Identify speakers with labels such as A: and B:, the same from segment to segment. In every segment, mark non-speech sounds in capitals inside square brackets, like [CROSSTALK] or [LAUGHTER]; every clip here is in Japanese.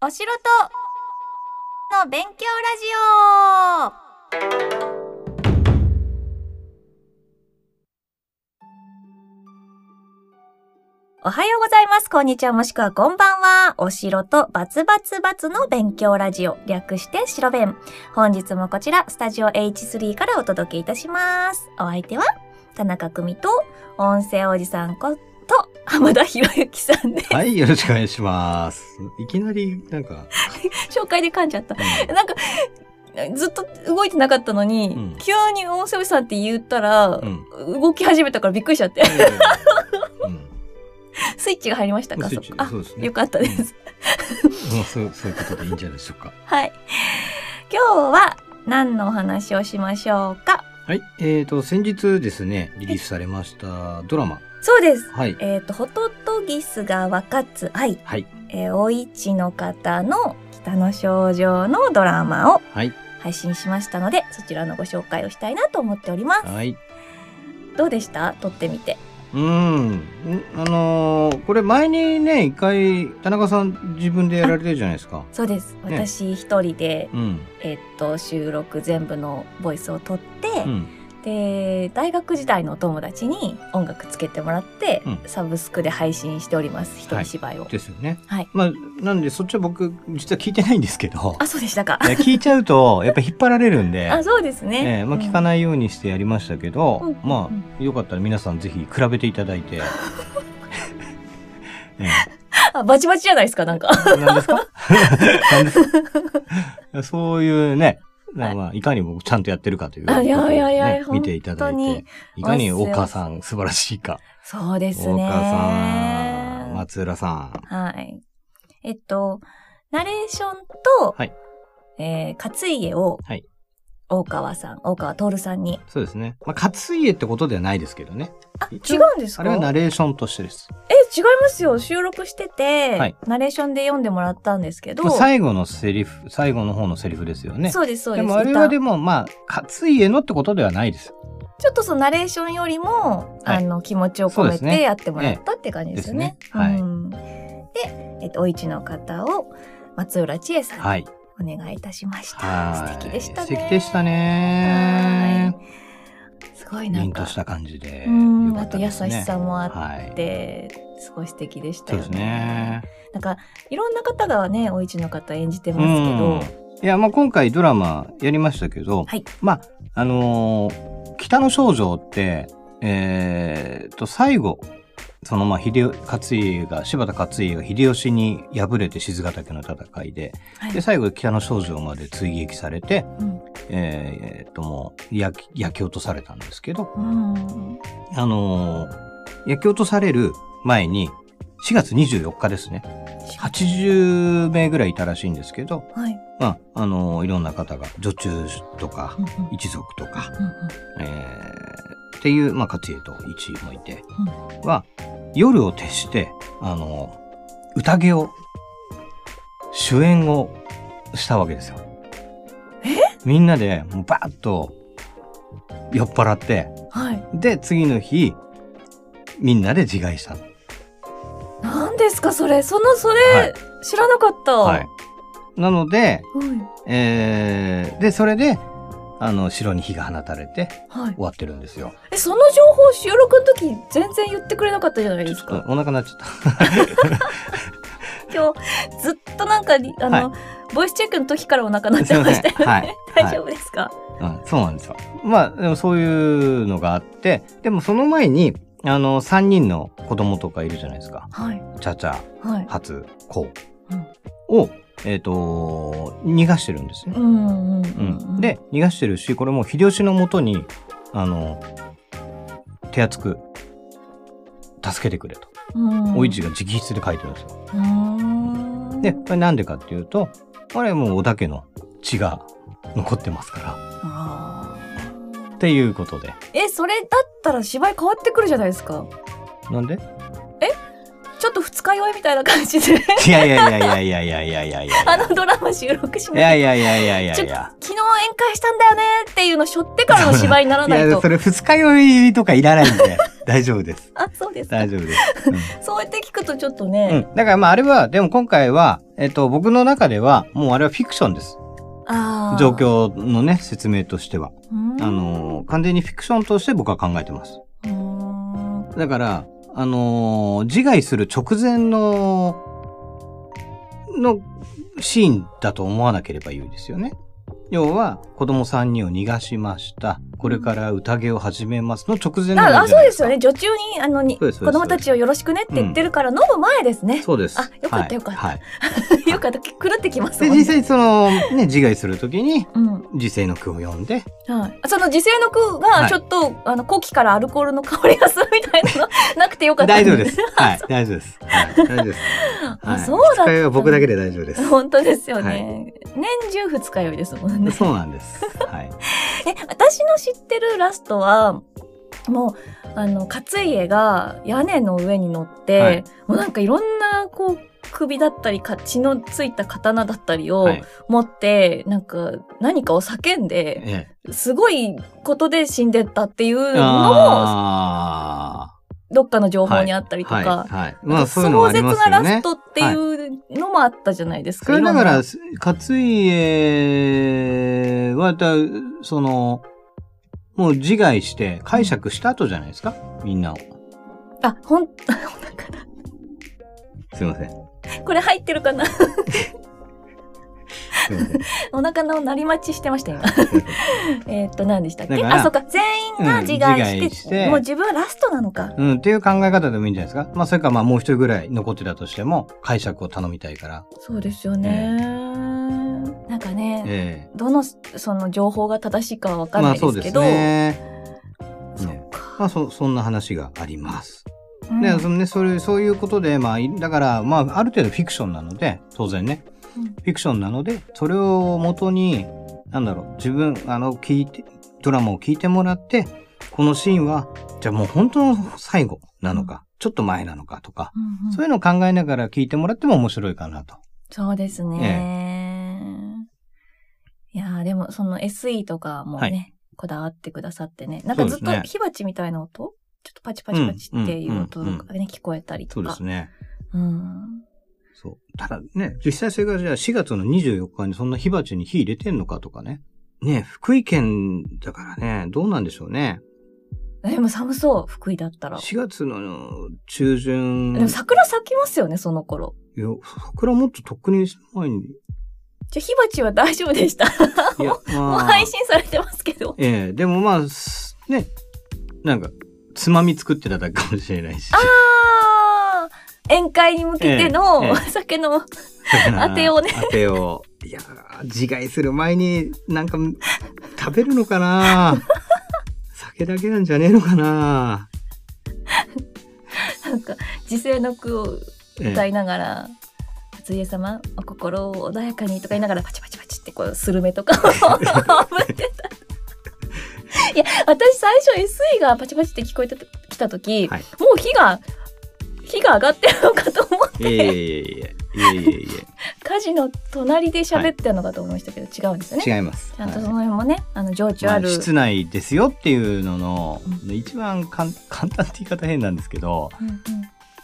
A: お城との勉強ラジオおはようございます。こんにちは。もしくはこんばんは。お城とバツバツバツの勉強ラジオ。略して白弁。本日もこちら、スタジオ H3 からお届けいたします。お相手は、田中久美と、音声おじさんこと、浜田博之さんで、 [LAUGHS]
B: はい、よろしくお願いします。いきなり、なんか、
A: 紹介で噛んじゃった。
B: うん
A: なんか、ずっと動いてなかったのに、
B: うん
A: 急に音声おじさんって言ったら、 [LAUGHS]
B: うん。
A: 動き始めたからびっくりしちゃって、 [LAUGHS]
B: うん
A: スイッチが入りましたか、
B: スイ
A: そ
B: ッ
A: っ
B: チ
A: か。あ
B: そうですね。
A: よかったです。
B: もうそうそういうことでいいんじゃないでしょうか。
A: はい。今日は何のお話をしましょうか。
B: はい。えっ、と、先日ですね、リリースされましたドラマ。
A: そうです。
B: はい。
A: えっ、と、ホトトギスが分かつ愛、
B: はい。
A: えー、お市の方の北の症状のドラマを
B: はい。
A: 配信しましたので、そちらのご紹介をしたいなと思っております。
B: はい。
A: どうでした撮ってみて。
B: うん。んあのーこれ前にね、一回、田中さん自分でやられてるじゃないですか。
A: そうです。
B: ね
A: 私一人で、
B: うん。
A: えっと、収録全部のボイスを撮って、
B: うん。
A: で大学時代のお友達に音楽つけてもらって、
B: うん
A: サブスクで配信しております一人芝居を、
B: ですよね。
A: はい。
B: まあ、なんで、そっちは僕、実は聞いてないんですけど。
A: あそうでしたか
B: いや聞いちゃうと、やっぱ引っ張られるんで。
A: あそうですね、
B: ええまあ、聞
A: な
B: か
A: い、
B: ないようにしてやりましたけど、
A: うん
B: ま
A: うん
B: あよかったら皆さんぜひ比べていただいて。 [LAUGHS] え
A: あバチバチじゃないですかなん
B: [LAUGHS]
A: か
B: え何ですか何ですか [LAUGHS] そういうね、
A: はい
B: まあ、いかに僕ちゃんとやってるかという
A: あいやいやいや
B: ことをね
A: 本当に
B: 見ていただいて、いかに大川さん素晴らしいか。
A: そうで
B: 大
A: すね
B: 川さん、松浦さん。
A: はいえっとナレーションと、
B: はい
A: えー勝家を、
B: はい
A: 大川さん大川徹さんに
B: そうですね。まあ、勝家ってことではないですけどね。
A: あ違
B: 一応
A: うんです
B: あ
A: か
B: れはナレーションとしてです。
A: え、違いますよ。収録してて、
B: はい
A: ナレーションで読んでもらったんですけど。
B: まあ最後のセリフ、最後の方のセリフですよね。
A: そうです、そう
B: で
A: です。
B: もあれはで
A: 歌
B: もまあ勝家のってことではないです。
A: ちょっとそのナレーションよりも、
B: はい
A: あの、気持ちを込
B: そう
A: め
B: ですね
A: てやってもらったって感じですよね。
B: ですねはい
A: うんで、えっと、お市の方を松浦千恵さん
B: は
A: に
B: い。
A: お願いいたしました。
B: はい
A: 素敵でしたね。
B: 素敵でしたね。
A: すごいな
B: 凛
A: ん
B: と
A: か。
B: した感じで。
A: うん、
B: よか
A: あ
B: った
A: と
B: で
A: 優し
B: すね
A: さもあっ
B: はい。
A: て、すごい素敵でした
B: そう
A: よ
B: で
A: ね。
B: すね。
A: なんか、いろんな方がね、お市の方演じてますけど、
B: うんいやまあ今回ドラマやりましたけど、
A: はい
B: まああのー北の少女ってえーっと最後。そのまあ秀吉勝家が柴田勝家が秀吉に敗れて賤ヶ岳の戦いで
A: はい
B: で最後北の少女まで追撃されて、
A: うん
B: えーえーっともう焼き焼き落とされたんですけど、
A: うん
B: あのー焼き落とされる前に4月24日ですね80名ぐらいいたらしいんですけど、
A: はい。
B: まああのーいろんな方が女中とか
A: うん
B: 一族とか、
A: うんうん
B: えーっていう、まあ、勝家と一位もいて、は夜を徹して、あのー宴を主演をしたわけですよ。みんなでもうバーッと酔っ払って
A: うんはい。
B: で、次の日、みんなで自害したの。
A: 何ですかそれそのそれ、
B: はい
A: 知らなかった。
B: はい。なので、
A: はい。
B: えー、で、それで、あの、城に火が放たれて
A: はい。
B: 終わってるんですよ。
A: えその情報収録の時全然言ってくれなかったじゃない
B: ち
A: で
B: ょ
A: す
B: っと
A: か。
B: お腹なっちゃった。
A: 今日ずっとなんかにあの、ボイスチェックの時からお腹鳴っちゃいましたよね。
B: はい。
A: [LAUGHS] 大丈夫ですか。
B: はいうん、そうなんですよ。まあ、でもそういうのがあって、でもその前に、あの、3人の子供とかいるじゃないですか。
A: はい
B: チャチャ、
A: はい。
B: ハツ、コ
A: うん
B: ウを、えっ、と、逃がしてるんですね
A: う。んうんう
B: うん
A: うんん。
B: で逃がしてるしこれもう秀吉のもとにあの手厚く助けてくれと、
A: うん、
B: お市が直筆で書いてるんですよ。
A: うーん。
B: でこれなんでかっていうとこれもう織田家の血が残ってますから
A: あー
B: っていうことで
A: えそれだったら芝居変わってくるじゃないですか。
B: なんで
A: ちょっと二日酔いみたいな感じで
B: いやいやいやいやいやいやいやいやいやい
A: あ
B: や
A: のドラマ収録し
B: い
A: ま
B: やいやいやいやいやいやいや
A: 昨日宴会したんだよねっていうのしょってからの芝居にならない
B: いや
A: と
B: そ。れ二日酔いとかいらないんで大丈夫です。
A: あ、そうですか
B: 大。丈夫です。うん
A: そうやって聞くとちょっと
B: う
A: ね、
B: ん、だからまああれはでも今回は、えっと、僕の中ではもうあれはフィクションです
A: ああ
B: 状況のね説明としては
A: うん
B: あのー完全にフィクションとして僕は考えてます
A: うーん
B: だからあのー自害する直前ののシーンだと思わなければいいですよね要は子供3人を逃がしましたこれから宴を始めますの直前の
A: ああそ
B: じゃ
A: う
B: ない
A: ですよね女中にあのに
B: そう
A: 子
B: ですそうです
A: 供たちをよろしくねって言ってるから飲む前ですね、
B: そうです
A: あよかったよかった
B: はいはい
A: よかった狂ってきます
B: で
A: もん
B: 実
A: ね、
B: 際そのね自害する時に
A: うんは
B: 時世の句を読んで
A: い、その自制の句
B: は
A: が
B: い
A: ちょっと、あの古希からアルコールの香りがするみたいなのなくてよかった
B: 大丈
A: [LAUGHS]
B: 夫です。はい、大丈夫です。はい、大丈夫です。はい、
A: そうだった
B: 二日酔いは僕だけで大丈夫です。
A: 本当ですよね、
B: はい
A: 年中二日酔いですもんね
B: そうなんです。はい。
A: え私の知ってるラストはもうあの勝家が屋根の上に乗って、
B: はい
A: もうなんかいろんなこう首だったりか血のついた刀だったりを
B: はい。
A: 持って、なんか何かを叫んで
B: ええ。
A: すごいことで死んでったっていうのも
B: あ
A: どっかの情報にあったり
B: ー
A: とか、
B: はい。はい。ま
A: なん
B: あ、
A: か
B: そういうのはあります
A: 壮絶な
B: よ
A: ラ
B: ね
A: スト。っていうのもあったじゃないです
B: そ
A: か。
B: れだか
A: いろ
B: ら
A: んな、
B: 勝家は、だその、もう自害して解釈した後じゃないですかみんなを。
A: あほんだから
B: すいません。す
A: これ入ってるかない
B: ません。
A: お腹の鳴り待ちしてましたよ。 [LAUGHS] えーっと何でしたっけ
B: だから
A: あそうか全員が自害して,、
B: うん自害して
A: もう自分はラストなのか。
B: うん、っていう考え方でもいいんじゃないですかまあ、それかまあ、もう一人ぐらい残ってたとしても、解釈を頼みたいから。
A: そうですよね。なんかね、
B: ええ。
A: どのその情報が正しいかは分かん
B: ま
A: な
B: あ
A: い
B: そ
A: で
B: う
A: すけ
B: です
A: ど、
B: ね。
A: そ
B: ね
A: っか
B: まあそそんな話があります。
A: うん
B: でそのねそれそういうことでまあいだからまあある程度フィクションなので当然ね、
A: うん
B: フィクションなのでそれを元になんだろう自分あの聞いてドラマを聞いてもらってこのシーンはじゃあもう本当の最後なのか、ちょっと前なのかとか、
A: うんうん
B: そういうのを考えながら聞いてもらっても面白いかなと。
A: そうですね。いやーでもその SE とかもね、
B: は
A: こだわってくださってねなんかずっ
B: そう
A: と
B: ですね
A: 火鉢みたいな音ちょっとパチパチパチっていう音がね、聞こえたり
B: そ
A: と
B: うで
A: か。
B: すね。
A: うん
B: そう。ただね、実際それがじゃあ4月の24日にそんな火鉢に火入れてんのかとかね。ね福井県だからね、どうなんでしょうね。
A: でも寒そう福井だったら。
B: 4月の中旬。
A: でも桜咲きますよね、その頃。
B: いや桜もっととっくに前
A: [LAUGHS]
B: に。
A: じゃあ、火鉢は大丈夫でした。
B: いや、
A: もう
B: まあ。
A: [LAUGHS] 配信されてますけど。
B: ええでもまあ、すね、なんか、つまみ作ってただけかもしれないし。
A: あー宴会に向けての、
B: ええええ
A: お酒の、
B: [LAUGHS]
A: 当てを
B: を
A: ね。
B: 当てを。いやー、自害する前になんか食べるの
A: [LAUGHS]
B: かな酒だけなんじゃねえのかな
A: なんか、自制の句を
B: え
A: 歌いながら、松家様、お心を穏やかにとか言いながら、パチパチパチって、こう、スルメとかを炙ってた。いや、私最初 SE がパチパチって聞こえてきた時、
B: はい
A: もう火が、火が上がってるのかと思っ
B: えいえ
A: て、
B: いえいえいえいえい
A: 火事の隣で喋ってるのかと思いましたけど、違うんです [LAUGHS] よね。
B: え違います。
A: ちゃんとそ
B: はい
A: の辺もね、あの情緒
B: ま
A: あ
B: あ
A: る。
B: 室内ですよっていうのの
A: う
B: 一番かん簡単って言い方変なんですけど、
A: うんうん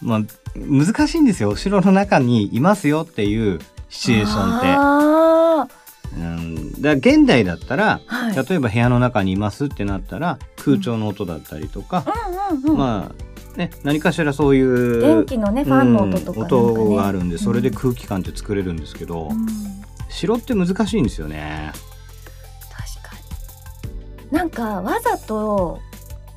B: まあ、難しいんですよお城の中にいますよっていうシチュエーションって。
A: あ
B: うん、だから現代だったら
A: あ、はい。
B: 例えば部屋の中にいますってなったら空調の音だったりとか、
A: うんうんうん。
B: まあね、何かしらそういう
A: 電気のね、ファンの音とかなんか、ね
B: うん音があるんでそれで
A: うん
B: 空気感って作れるんですけど、
A: うん
B: 城って難しいんですよね。
A: 確かに。なんかわざと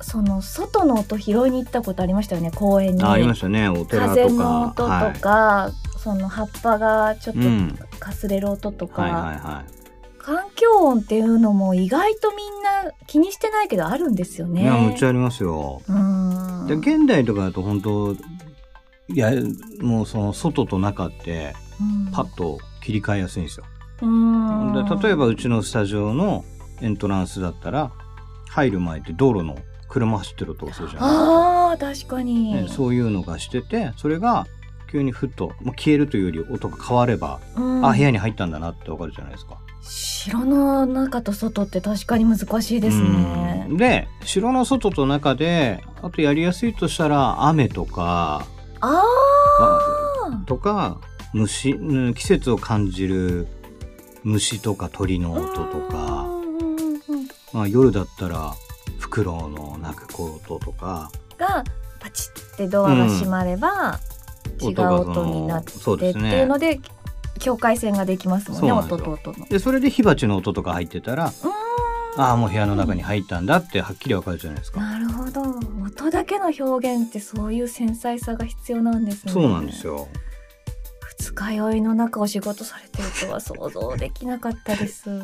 A: その外の音拾いに行ったことありましたよね、公園に。
B: あありましたねお寺とか
A: 風の音とか、
B: はい、
A: その葉っぱがちょっと
B: うん
A: かすれる音とか、
B: はいはいはい、
A: 環境音っていうのも意外とみんな気にしてないけどあるんですよね。
B: いやむっちゃありますよ、
A: うん。
B: で現代とかだと本当いやもうその外と中って
A: うん
B: パッと切り替えやすいんですよ、
A: うん
B: で例えばうちのスタジオのエントランスだったら入る前って道路の車走ってる音がするじゃないですか
A: あー確かに、
B: ね、そういうのがしててそれが急にふっともう消えるというより音が変われば、
A: うん
B: あ部屋に入ったんだなってわかるじゃないですか。
A: 城の中と外って確かに難しいですね
B: うんで城の外と中であとやりやすいとしたら雨とか
A: ああ
B: とか虫、うん、季節を感じる虫とか鳥の音とか、
A: うんうんうんうん
B: まあ、夜だったらフクロウの鳴く音とか
A: がパチってドアが閉まれば、違う
B: その
A: 音になって
B: そう
A: でっ
B: です
A: て
B: ね
A: いうので境界線ができますもんね
B: そうなんです
A: 音
B: よ
A: と音の。
B: でそれで火鉢の音とか入ってたら
A: うーん
B: ああもう部屋の中に入ったんだってはっきりわかるじゃないですか。
A: なるほど音だけの表現ってそういう繊細さが必要なんですね。
B: そうなんですよ。
A: 二日酔いの中お仕事されてるとは想像できなかったです。
B: [LAUGHS]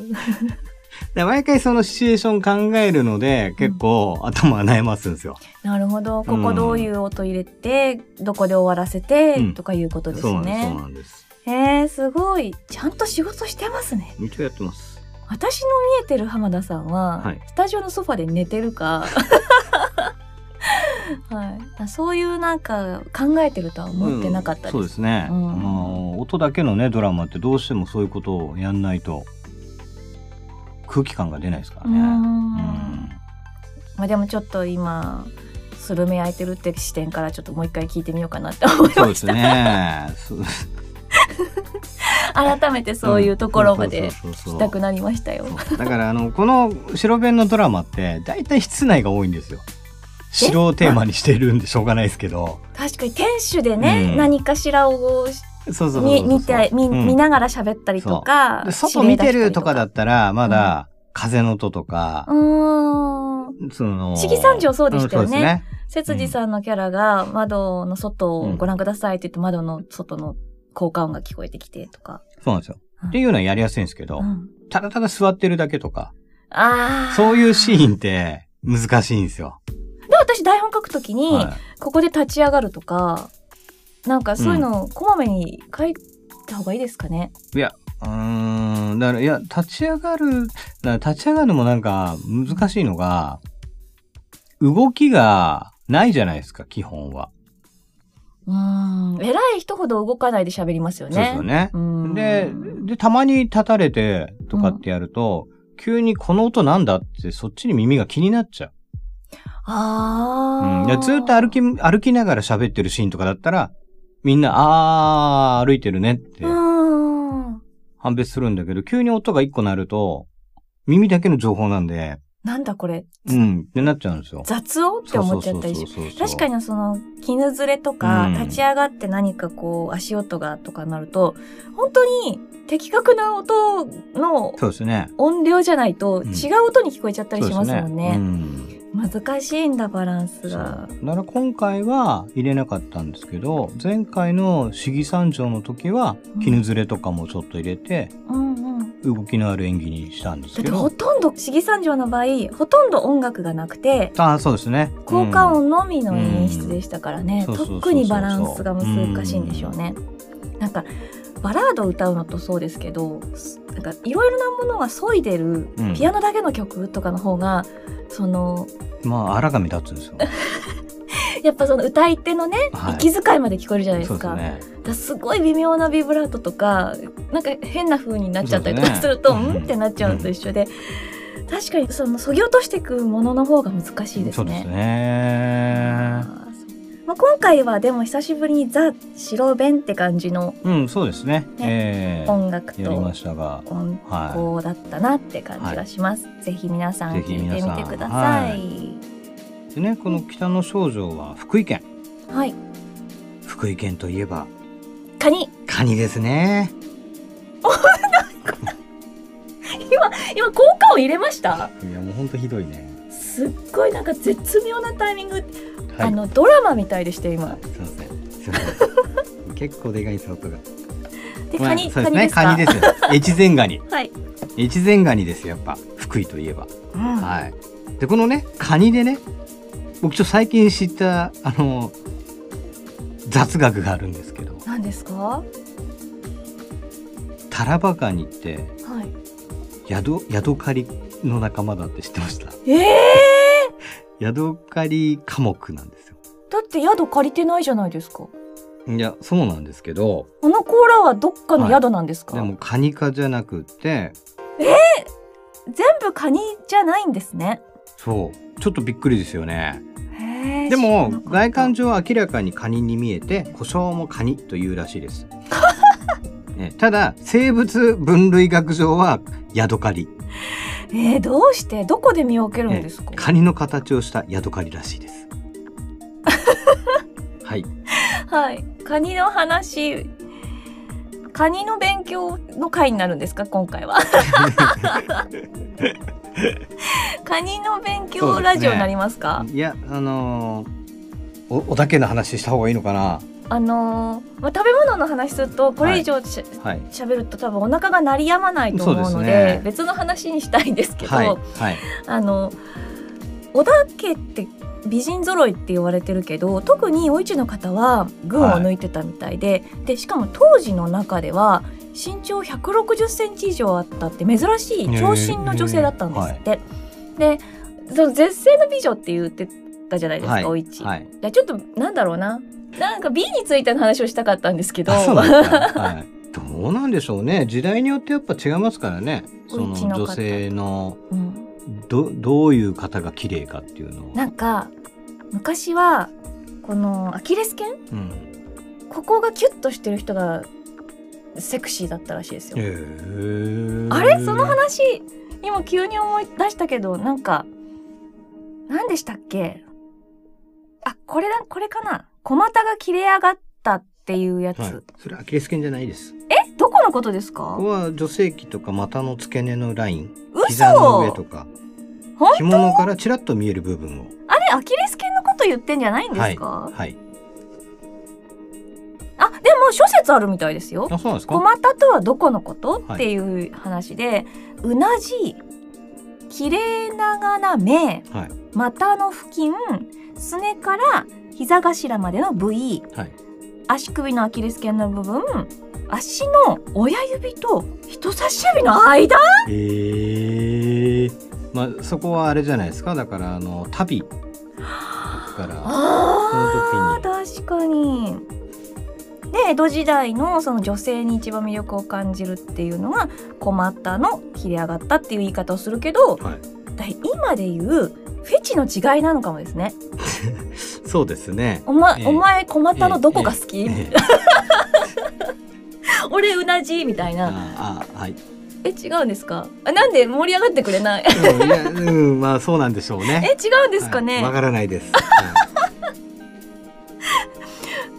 B: で毎回そのシチュエーション考えるので結構頭が悩ますんですよ。
A: なるほどここどういう音入れて、どこで終わらせて、
B: うん
A: とかいうことです
B: そうなんですそう
A: ね。
B: なんです。
A: へえすごいちゃんと仕事してますね。
B: 一応やってます。
A: 私の見えてる浜田さんは、
B: はい
A: スタジオのソファで寝てるか、 [LAUGHS] はいあ、そういうなんか考えてるとは思ってなかったです。
B: うんそうですね、
A: うん
B: あの音だけのねドラマってどうしてもそういうことをやんないと空気感が出ないですから
A: う
B: ね。
A: ん
B: うん
A: まあ、でもちょっと今スルメ焼いてるって視点からちょっともう一回聞いてみようかなって思い
B: そう
A: ま
B: で
A: [LAUGHS] し
B: す
A: た、
B: ね。そう
A: 改めてそういうところまで
B: そうそうそうそう
A: 聞きたくなりましたよ。
B: だからあのこの白弁のドラマって大体室内が多いんですよ。城をテーマにしてるんでしょうがないですけど。
A: 確かに店主でね、
B: うん
A: 何かしらを
B: そうそうそうそう
A: 見見て見,、
B: うん
A: 見ながら喋ったりとか
B: で外見てるとかだ
A: っ
B: ったらまだ風の音とか
A: う、ーん
B: その
A: 四季山城そうでしたよね
B: んそうですね
A: 節次さんのキャラが窓の外をご覧くださいって言って窓の外の効果音が聞こえてきてとか。
B: そうなんですよ。
A: うん
B: っていうのはやりやすいんですけど、
A: うん、
B: ただただ座ってるだけとか、
A: ああ。
B: そういうシ
A: ン。
B: ーンって難しいんですよ。
A: で、私台本書くときに、
B: は
A: ここで立ち上がるとか、なんかそういうのをこまめに書いた方がいいですかね。
B: い、うーん、だから、いや、立ち上がる、だから立ち上がるのもなんか難しいのが、動きがないじゃないですか、基本は。
A: うん。偉い人ほど動かないで喋りますよね。
B: そうですよね。
A: うん
B: で、で、たまに立たれてとかってやると、急にこの音なんだってそっちに耳が気になっちゃう。
A: あ
B: うん、
A: あ、
B: でずっと歩き、歩きながら喋ってるシーンとかだったら、みんな、あー、歩いてるねって
A: うん。
B: 判別するんだけど、急に音が一個鳴ると、耳だけの情報なんで、
A: なんだこれ、
B: うん、ってなっちゃうんですよ。
A: 雑音って思っちゃったりし確か
B: に。
A: にその絹ずれとか、
B: うん
A: 立ち上がって何かこう足音がとかなると本当に的確な音の
B: そうですね。
A: 音量じゃないと
B: うん
A: 違う音に聞こえちゃったりしますもんね。
B: そうですね
A: 難しいんだバランス
B: うん、
A: が。
B: そうだから今回は入れなかったんですけど、前回の市議三条の時は、絹ずれとかもちょっと入れて、
A: うんうん、
B: 動きのある演技にしたんです
A: だっ
B: け
A: てほ
B: ど。
A: とんど四季三条の場合ほとんど音楽がなくて
B: ああ、そうですね。
A: 効果
B: うん
A: 音のみの演出でしたからね、
B: うんそうそうそうそう
A: 特にバランスが難しいんでしょうね。なんかバラードを歌うのとそうですけどすなんかいろいろなものが削いでる
B: うん
A: ピアノだけの曲とかの方が、その
B: まあ、荒が目立つんですよ。
A: やっぱその歌い手のね、
B: はい
A: 息遣いまで聞こえるじゃないですか
B: そうですね。
A: だからすごい微妙なビブラートとかなんか変な風になっちゃったりとか
B: そうです
A: す
B: ね
A: るとう,、
B: うん
A: んってなっちゃうのと一緒で、確かにその削ぎ落としていくものの方が難しいですね。
B: そうですね。
A: あーそうまあ、今回はでも久しぶりにザ・白弁って感じの
B: うん、そうですね。ええ
A: 音楽
B: やりま
A: と
B: したが、
A: 音
B: は
A: 楽だったなって感じがします、ぜひ皆さん
B: ぜ
A: 聞
B: ひ
A: い
B: 皆
A: て
B: さん
A: みてください
B: い。でね、この北の少女は福井県。
A: はい、
B: 福井県といえば
A: カニ
B: カニですね。
A: 今効果を入れました
B: いやもう本当ひどいね。
A: すっごいなんか絶妙なタイミング、
B: はい。
A: あのドラマみたいでして今
B: すいません。すいませ
A: [LAUGHS]
B: ん。結構でかいです音が。
A: で
B: まあ
A: カニ、
B: そう
A: カ
B: です
A: ニで
B: ね。
A: すか
B: カニです。越前ガニ。
A: はい、
B: 越前ガニですよやっぱ福井といえば。
A: い、
B: はい。でこのねカニでね、僕ちょっと最近知ったあの雑学があるんですけど、
A: 何ですかは
B: タラバガニって
A: い
B: ヤドヤドカリの仲間だって知ってました。
A: ええ
B: ヤドカリ科目なんですよ。
A: ー、だって宿借りてないじゃないですか
B: いやそうなんですけど
A: この甲羅はどっかの宿なんですか、
B: でもカニ科じゃなくて
A: 全部カニじゃないんですね
B: そうちょっとびっくりですよね
A: へー
B: でも
A: 知らなかった
B: 外観上は明らかにカニに見えて故障もカニというらしいです、 [LAUGHS] ね、ただ生物分類学上はヤドカリ
A: えー、どうしてどこで見分けるんですか、
B: カニの形をしたヤドカリらしいです
A: [LAUGHS]
B: はい
A: はいカニの話カニの勉強の回になるんですか今回
B: [LAUGHS]
A: はカニの勉強ラジオになりますか
B: いやあのーおおだけの話した方がいいのかな
A: あのーまあ、食べ物の話するとこれ以上し,、
B: はい
A: ゃべると多分お腹が鳴りやまないと思う
B: そ
A: の
B: う
A: で
B: ですね
A: 別の話にしたいんですけど、
B: はいはい
A: あの織田家って美人揃いって言われてるけど特にお市の方は群を抜いてたみたいで,、でしかも当時の中では身長1 6 0センチ以上あったって珍しい長身の女性だったんですって。でその絶世の美女って言ってたじゃないですか、
B: はい
A: お市。
B: はい
A: いやちょっとなんだろうななんか B についての話をしたかったんですけど
B: あそうなんですか、 [LAUGHS] はい、どうなんでしょうね時代によってやっぱ違いますからねその
A: うちの方
B: 女性の
A: うん
B: どどういう方が綺麗かっていうのを
A: なんか昔はこのアキレス腱
B: うん、
A: ここがキュッとしてる人がセクシーだったらしいですよ。あれその
B: 話
A: 話今急に思い出したけどなんか何でしたっけあこれだこれかな小股が切れ上がったっていうやつ、
B: はい、それアキレス腱じゃないです
A: えどこのことですか
B: ここは女性器とか股の付け根のライン
A: 嘘
B: 膝の上とか
A: 本
B: 着物からちらっと見える部分を
A: あれアキレス腱のこと言ってんじゃないんで
B: は
A: す
B: い
A: か、
B: はい
A: あでも諸説あるみたいですよ。
B: あそうなんです
A: 小
B: か
A: 股とはどこのこと、
B: はい
A: っていう話でうなじ切れ長な目
B: はい
A: 股の付近すねから膝頭までの部位
B: はい
A: 足首のアキレス腱の部分足の親指と人差し指の間
B: ええまあそこはあれじゃないですかだからあの旅から
A: あ
B: そ
A: ー確かに。で江戸時代のその女性に一番魅力を感じるっていうのが小股の切れ上がったっていう言い方をするけど、
B: はい
A: だい今で言うフェチの違いなのかもですね。
B: そうですね
A: お,、ま
B: ええ
A: お前小股のどこが好き、
B: ええ
A: 俺うなじみたいな。
B: ああはい
A: え違うんですかあなんで盛り上がってくれない [LAUGHS]
B: うんいやうんまあそうなんでしょう
A: え
B: ね
A: 違うんですかね、
B: はいわ、からないです、はい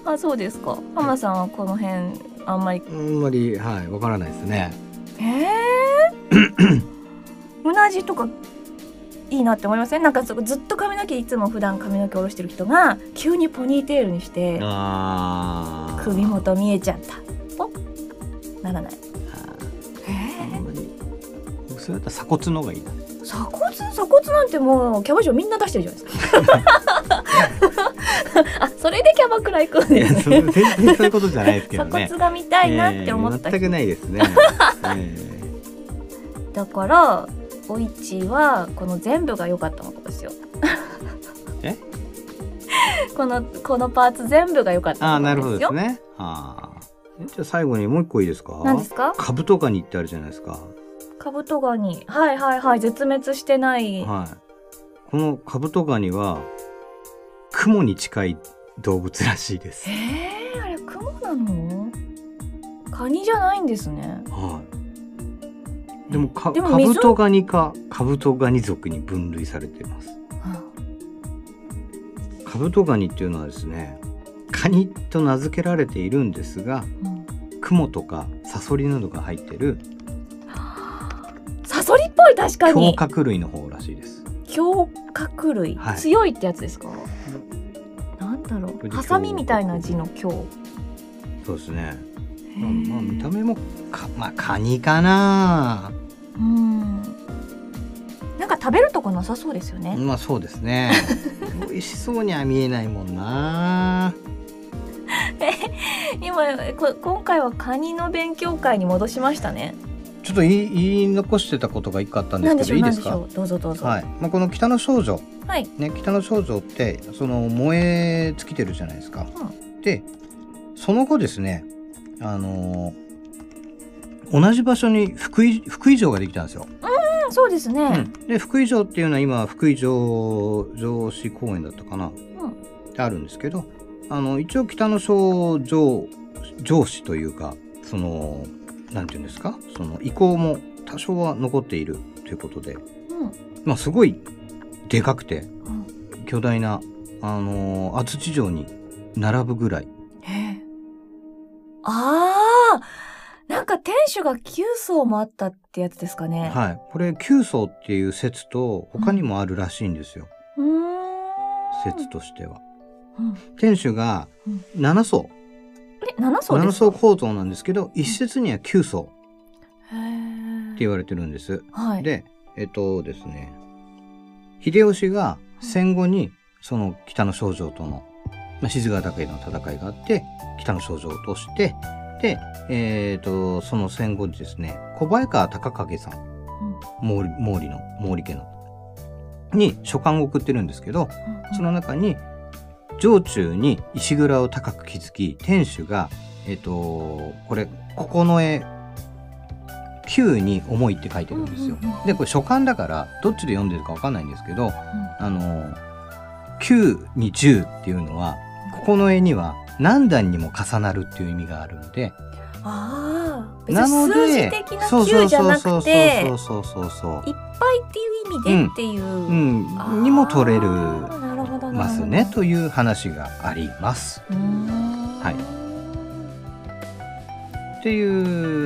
A: あそうですか浜さんはこの辺あんまり
B: あんまりはいわからないですね
A: えー、うなじとかいいなって思いません、なんかずずっと髪の毛いつも普段髪の毛下ろしてる人が急にポニーテールにして
B: ああ
A: 首元見えちゃったポッならない
B: あんまり僕それだったら鎖骨の方がいいな
A: 鎖骨鎖骨なんてもうキャバ嬢みんな出してるじゃない
B: [LAUGHS]
A: ですか [LAUGHS] あそれでキャバクラ行くん
B: い
A: で
B: や
A: す
B: それ
A: ね
B: 全然そういうことじゃないですけど
A: 鎖
B: ね
A: 骨が見たいなって思った
B: えー
A: 人
B: 全くな
A: [LAUGHS]
B: いですね、え
A: だからおいちはこの全部が良かったのかもですよ
B: [LAUGHS] え
A: このこのパーツ全部が良かっ
B: ー、あ
A: た
B: あな
A: の
B: る
A: か
B: ほ
A: もで
B: ど
A: す
B: で
A: よ
B: すねああじゃあ最後にもう一個いいですか
A: 何ですか
B: 株とかにってあるじゃないですか
A: カブトガニはいはいはい絶滅してない、
B: はいこのカブトガニは雲に近い動物らしいです
A: えー、あれクモなのカニじゃないんですね
B: はいでもか
A: でも
B: カ
A: 水
B: ブトガニかカブトガニ属に分類されていますカブトガニっていうのはですねカニと名付けられているんですが
A: うん
B: 雲とかサソリなどが入ってる
A: サソリっぽい確か
B: 甲
A: に
B: 殻類の方らしいです
A: 強角類、
B: はい
A: 強いってやつですかなんだろ
B: こ
A: う
B: れで
A: ハサミみたいな字の強
B: そうですね、
A: へ
B: まあ、
A: ー
B: まあ見た目もかまあカニかな
A: うんなんか食べるとこなさそうですよね。
B: まあそうです
A: [LAUGHS]
B: ね美味しそうには見えないもんな
A: 今こ今回はカニの勉強会に戻しましたね。
B: ちょっと言い言い残してたことが一個あったんで
A: な
B: す
A: んでし
B: けど
A: ょう
B: いい
A: な
B: で
A: んで
B: す
A: し
B: か
A: ょうどうぞどうぞ。
B: はいまあ、この北の少女、
A: はい
B: ね、北の少女ってその燃え尽きてるじゃないですか。
A: う
B: でその後ですね、あのー同じ場所に福井福井城ができたんですよ。
A: うん、そうです
B: う
A: ね。
B: んで福井城っていうのは今福井城城址公園だったかな、ってあるんですけどあの一応北の小城城址というかそのなんていうんですかその遺構も多少は残っているということで、
A: うん。
B: まあ、すごいでかくて
A: うん
B: 巨大な、あのー安土城に並ぶぐらい
A: ええああなんか天守が9層もあったってやつですかね。
B: はい、これ9層っていう説と他にもあるらしいんですよ、
A: うーん。
B: 説としては。
A: うん。
B: 天守が
A: うん
B: 7層、
A: え、7層ですか
B: 7層構造なんですけど一説には9層
A: へー
B: って言われてるんです。
A: はい。
B: でえっとですね秀吉が戦後にその北の少女との、まあ、静ヶ岳の戦いがあって北の少女を落としてで、えっとその戦後にですね小早川隆景さん
A: うん
B: 毛利毛利の毛利家のに書簡を送ってるんですけどその中に城中に石蔵を高く築き天守がえっ、とこれここの絵9に思いって書いてるんですよ。
A: うんうんうん
B: でこれ書簡だからどっちで読んでるかわかんないんですけどあの9に10っていうのはここの絵には何段にも重なるっていう意味があるので
A: ああ別
B: な
A: に
B: の
A: 数字
B: で
A: 的な
B: そうそう
A: 9じゃ
B: そう
A: な
B: そう
A: く
B: そ
A: て
B: うそうそうそう
A: いっぱいっていう意味でっていう。
B: う
A: あ
B: ん
A: ー
B: にも取れる
A: なるほどなるほど
B: ますねという話があります。
A: うーん
B: はいってい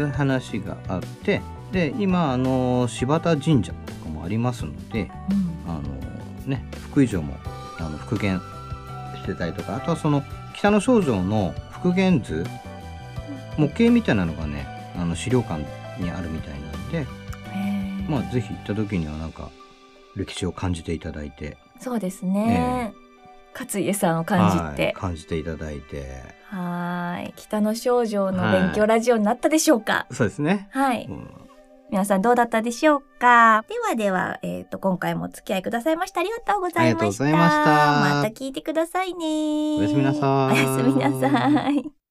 B: う話があってで今あの柴田神社とかもありますので
A: うん
B: あの、ね、福井城もあの復元してたりとかあとはその北の少女の復元図模型みたいなのがねあの資料館にあるみたいなんで、
A: へー
B: まあ、ぜひ行った時にはなんか歴史を感じていただいて
A: そうですね。勝家さんを感じ
B: は
A: て
B: い。感じていただいて
A: はーい。北の少女の勉強ラジオになったでしょうか
B: そうですね。
A: はい。
B: うん
A: 皆さんどうだったでしょうかではでは、えっ、と、今回もお付き合いくださいました。ありがとうございました。
B: ありがとうございました
A: また聞いてくださいね。
B: おやすみなさい
A: おやすみなさい。